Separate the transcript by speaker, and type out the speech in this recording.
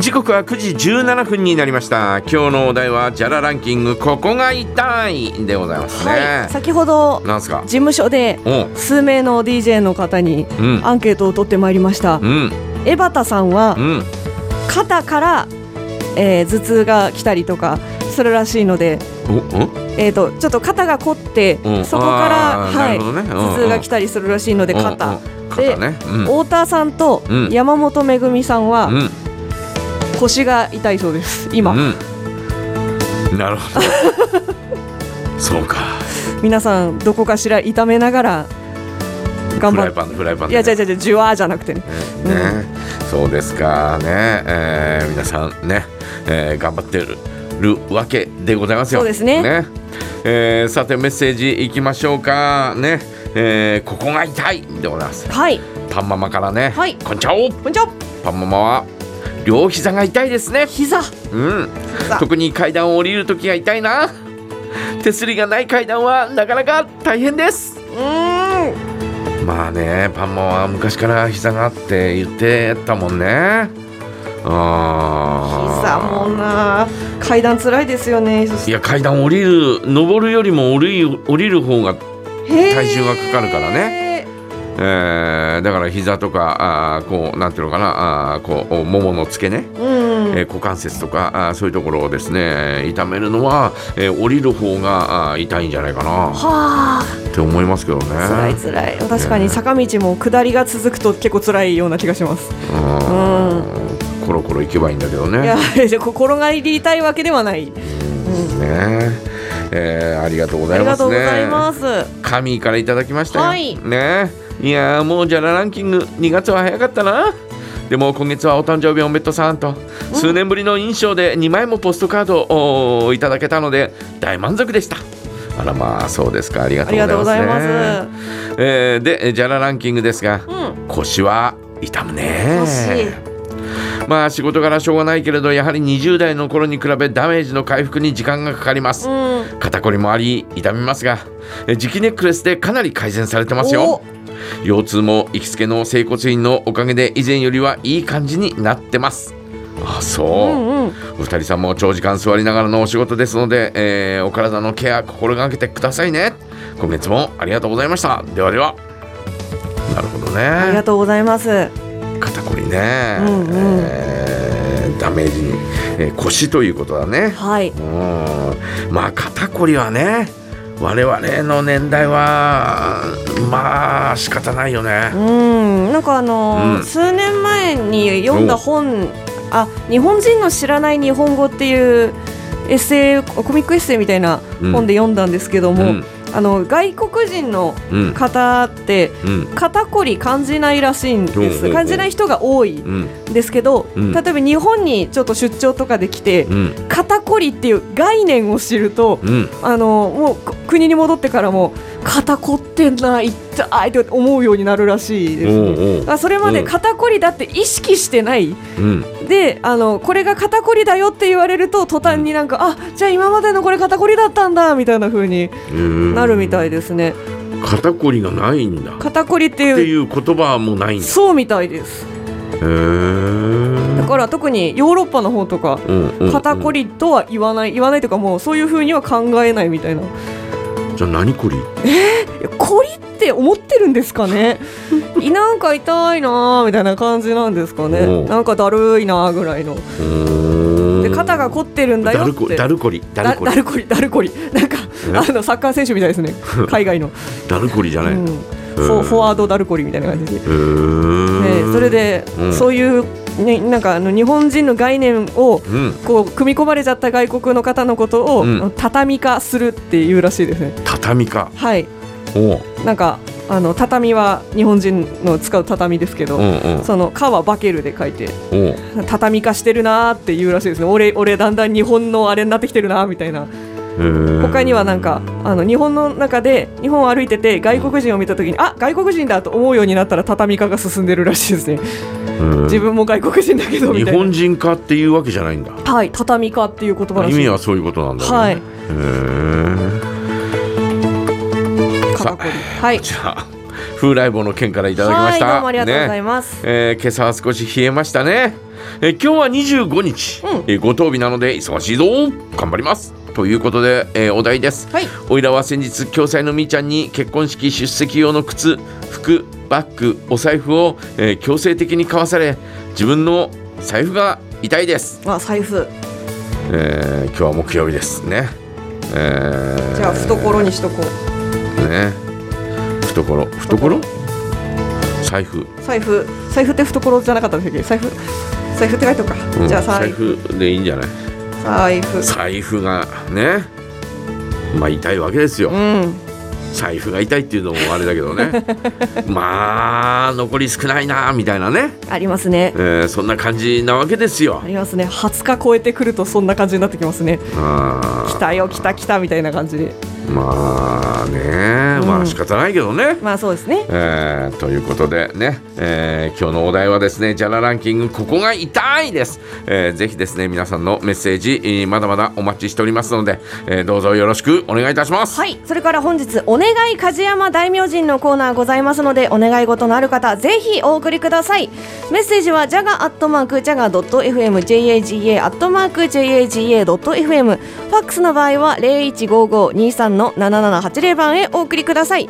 Speaker 1: 時刻は9時17分になりました今日のお題はジャラランキングここが痛いでございますね、
Speaker 2: はい、先ほど
Speaker 1: なんすか
Speaker 2: 事務所で
Speaker 1: お
Speaker 2: 数名の DJ の方に
Speaker 1: うん
Speaker 2: アンケートを取ってまいりました
Speaker 1: う。ん
Speaker 2: 江端さんは
Speaker 1: うん
Speaker 2: 肩から、えー頭痛が来たりとかするらしいので、
Speaker 1: お
Speaker 2: えー、とちょっと肩が凝って
Speaker 1: おうん
Speaker 2: そこから、
Speaker 1: あー
Speaker 2: はい
Speaker 1: なるほどね
Speaker 2: 頭痛が来たりするらしいので
Speaker 1: うんうん
Speaker 2: 肩。
Speaker 1: うん肩ねうん
Speaker 2: 太田さんと
Speaker 1: うん
Speaker 2: 山本めぐみさんは
Speaker 1: うん
Speaker 2: 腰が痛いそうです今、
Speaker 1: うん、なるほ どそうか
Speaker 2: 皆さんどこかしら痛めながら頑
Speaker 1: フ
Speaker 2: 張
Speaker 1: ラ
Speaker 2: っ
Speaker 1: イパンフライパン
Speaker 2: いや違う
Speaker 1: ね
Speaker 2: 違う違うジュワーじゃなくてね
Speaker 1: ねそうですかね、えー皆さんね、えー頑張ってるわけでございますよ
Speaker 2: そうですね
Speaker 1: えーさてメッセージいきましょうかね、えーここが痛いでございます
Speaker 2: はい
Speaker 1: パンママからね、
Speaker 2: はい
Speaker 1: こんにちは
Speaker 2: こんにちは
Speaker 1: パンママは両膝が痛いですね
Speaker 2: 膝
Speaker 1: うん
Speaker 2: さあ
Speaker 1: 特に階段を降りるときが痛いな手すりがない階段はなかなか大変です
Speaker 2: うーん
Speaker 1: まあねパンマは昔から膝があって言ってたもんね
Speaker 2: 膝
Speaker 1: あ
Speaker 2: もな階段つらいですよね
Speaker 1: ーいや階段降りる登るよりも降り降りる方が、体
Speaker 2: 体
Speaker 1: 重がかかるから
Speaker 2: ね
Speaker 1: えーだから膝とかあーこうなんていうのかなあーこうももの付け根、
Speaker 2: うん、
Speaker 1: えー股関節とかあーそういうところをですね痛めるのは、えー降りる方があー痛いんじゃないかな
Speaker 2: はあ
Speaker 1: って思いますけどね。
Speaker 2: つらいつらい確かに坂道も下りが続くと結構つらいような気がします
Speaker 1: うんコロコロ行けばいいんだけどね。
Speaker 2: いやじゃあこ転がりたいわけではない
Speaker 1: ねえーありがとうご
Speaker 2: あ
Speaker 1: ざい
Speaker 2: り
Speaker 1: ま
Speaker 2: がと
Speaker 1: す
Speaker 2: うご
Speaker 1: ね。
Speaker 2: ざいます
Speaker 1: カミーからいただきましたよ。
Speaker 2: はい
Speaker 1: ねえいやーもうじゃらランキング2月は早かったな。でも今月はお誕生日おめでとうさんと数年ぶりの印象で2枚もポストカードをおいただけたので大満足でした。あらまあそうですかありが
Speaker 2: あ
Speaker 1: とう
Speaker 2: り
Speaker 1: ござ
Speaker 2: が
Speaker 1: い
Speaker 2: とうご
Speaker 1: ます、
Speaker 2: ざ
Speaker 1: ね。
Speaker 2: います
Speaker 1: えーでじゃらランキングですが、
Speaker 2: うん
Speaker 1: 腰は痛むね
Speaker 2: 腰
Speaker 1: まあ仕事からしょうがないけれどやはり20代の頃に比べダメージの回復に時間がかかります、
Speaker 2: うん
Speaker 1: 肩こりもあり痛みますがえ磁気ネックレスでかなり改善されてますよ腰痛も行きつけの整骨院のおかげで以前よりはいい感じになってますあ
Speaker 2: おう
Speaker 1: そう、
Speaker 2: んうん
Speaker 1: お二人さんも長時間座りながらのお仕事ですので、えーお体のケア心がけてくださいね今月もありがとうございましたではではなるほど
Speaker 2: ありが
Speaker 1: ね
Speaker 2: とうございます
Speaker 1: 肩こりね、
Speaker 2: うんうん
Speaker 1: えーダメージに、えー腰ということだね
Speaker 2: はい
Speaker 1: うんまあ肩こりはね我々の年代はまあ仕方ないよね
Speaker 2: う。んなんかあのー
Speaker 1: うん
Speaker 2: 数年前に読んだ本あ日本人の知らない日本語っていうエッセイコミックエッセイみたいな本で読んだんですけども、
Speaker 1: うん
Speaker 2: あの外国人の
Speaker 1: うん
Speaker 2: 方って
Speaker 1: うん
Speaker 2: 肩こり感じないらしいん
Speaker 1: おう
Speaker 2: で
Speaker 1: おうお
Speaker 2: す
Speaker 1: う
Speaker 2: 感じない人が多いん
Speaker 1: うん
Speaker 2: ですけど、
Speaker 1: うん
Speaker 2: 例えば日本にちょっと出張とかで来て、
Speaker 1: うん
Speaker 2: 肩こりっていう概念を知ると、
Speaker 1: うん
Speaker 2: あのもうこ国に戻ってからも肩こってんな痛いって思うようになるらしいですね。
Speaker 1: おうおう
Speaker 2: あそれまで
Speaker 1: うん
Speaker 2: 肩こりだって意識してない、
Speaker 1: うん
Speaker 2: であのこれが肩こりだよって言われると途端になんか、あじゃあ今までのこれ肩こりだったんだみたいな風に
Speaker 1: うん
Speaker 2: なるみたいですね、
Speaker 1: 肩こりがないんだ。
Speaker 2: 肩こりって
Speaker 1: って
Speaker 2: いう
Speaker 1: いう言葉はもうないんだ。
Speaker 2: そうみたいです
Speaker 1: へー
Speaker 2: だから特にヨーロッパの方とか
Speaker 1: うんうんうん
Speaker 2: 肩こりとは言わない言わないというかもうそういう風には考えないみたいない
Speaker 1: じゃあ何こり？
Speaker 2: やこりって思ってるんですか ねいなんか痛いなーみたいな感じなんですか
Speaker 1: お
Speaker 2: ね
Speaker 1: う
Speaker 2: なんかだるいなーぐらいので肩が凝ってるんだよ
Speaker 1: だ
Speaker 2: っ
Speaker 1: るこ
Speaker 2: て
Speaker 1: だるこりだ
Speaker 2: だ
Speaker 1: るこ
Speaker 2: だ
Speaker 1: り
Speaker 2: るこりだるこりなんか
Speaker 1: え
Speaker 2: あのサッカー選手みたい ですね海外の、
Speaker 1: だるこりじゃ
Speaker 2: う
Speaker 1: ない。
Speaker 2: ん、
Speaker 1: へ
Speaker 2: フォフォワードだるこりみたいな感じで、ね、
Speaker 1: ー
Speaker 2: それで、
Speaker 1: うん
Speaker 2: そういう、ね、なんかあの日本人の概念を
Speaker 1: うん
Speaker 2: こう組み込まれちゃった外国の方のことを、
Speaker 1: うん
Speaker 2: 畳化するっていうらしいですね
Speaker 1: 畳か。
Speaker 2: はい
Speaker 1: おう
Speaker 2: なんかあの畳は日本人の使う畳ですけど、
Speaker 1: うんうん
Speaker 2: その「か」はバケルで書いて
Speaker 1: おう
Speaker 2: 畳化してるなーっていうらしいですね俺俺だんだん日本のあれになってきてるなーみたいな
Speaker 1: へー
Speaker 2: 他にはなんかあの日本の中で日本を歩いてて外国人を見た時にあ外国人だと思うようになったら畳化が進んでるらしいですね
Speaker 1: へー
Speaker 2: 自分も外国人だけどみ
Speaker 1: 日
Speaker 2: たい
Speaker 1: 本人化っていうわけじゃないんだ。
Speaker 2: なはい畳化っていう言葉らし
Speaker 1: 意
Speaker 2: い
Speaker 1: 味はそういうことなんだよね。
Speaker 2: は
Speaker 1: へ
Speaker 2: い
Speaker 1: ー
Speaker 2: 肩こりはい
Speaker 1: じゃあ風来坊の件からいただきました
Speaker 2: はいどうもありがとうございます
Speaker 1: ねえー今朝は少し冷えましたね、えー今日は25日、
Speaker 2: うん
Speaker 1: えーご当日なので忙しいぞ頑張りますということで、えーお題です、
Speaker 2: はい
Speaker 1: おいらは先日共済のみーちゃんに結婚式出席用の靴服バッグお財布を、えー強制的に買わされ自分の財布が痛いです、
Speaker 2: あ財布
Speaker 1: えー今日は木曜日ですね、えー
Speaker 2: じゃあ懐にしとこう
Speaker 1: ね懐懐財布、
Speaker 2: 財布財布って懐じゃなかったんですけど財布財布って書いとくか、
Speaker 1: うん
Speaker 2: じゃあ財
Speaker 1: 財
Speaker 2: 布
Speaker 1: 布でいいんじゃない
Speaker 2: 財布
Speaker 1: 財布がねまあ痛いわけですよ、
Speaker 2: うん
Speaker 1: 財布が痛いっていうのもあれだけど ねまあ残り少ないなみたいなね、
Speaker 2: ありますね
Speaker 1: えーそんな感じなわけですよ
Speaker 2: ありますね20日超えてくるとそんな感じになってきますね
Speaker 1: あ
Speaker 2: 来たよ来た来たみたいな感じで
Speaker 1: ーまあね
Speaker 2: うん
Speaker 1: まあ仕方ないけどね、
Speaker 2: まあそうですね
Speaker 1: えーということでね、えー今日のお題はですね、ジャラランキング、ここが痛いです。えーぜひですね、皆さんのメッセージ、えーまだまだお待ちしておりますので、えーどうぞよろしくお願いいたします。
Speaker 2: はいそれから本日お願い梶山大名人のコーナーございますのでお願い事のある方ぜひお送りくださいメッセージはジャガアットマークジャガ .fmjaga アットマーク jaga.fm ファックスの場合は015523の7780番へお送りください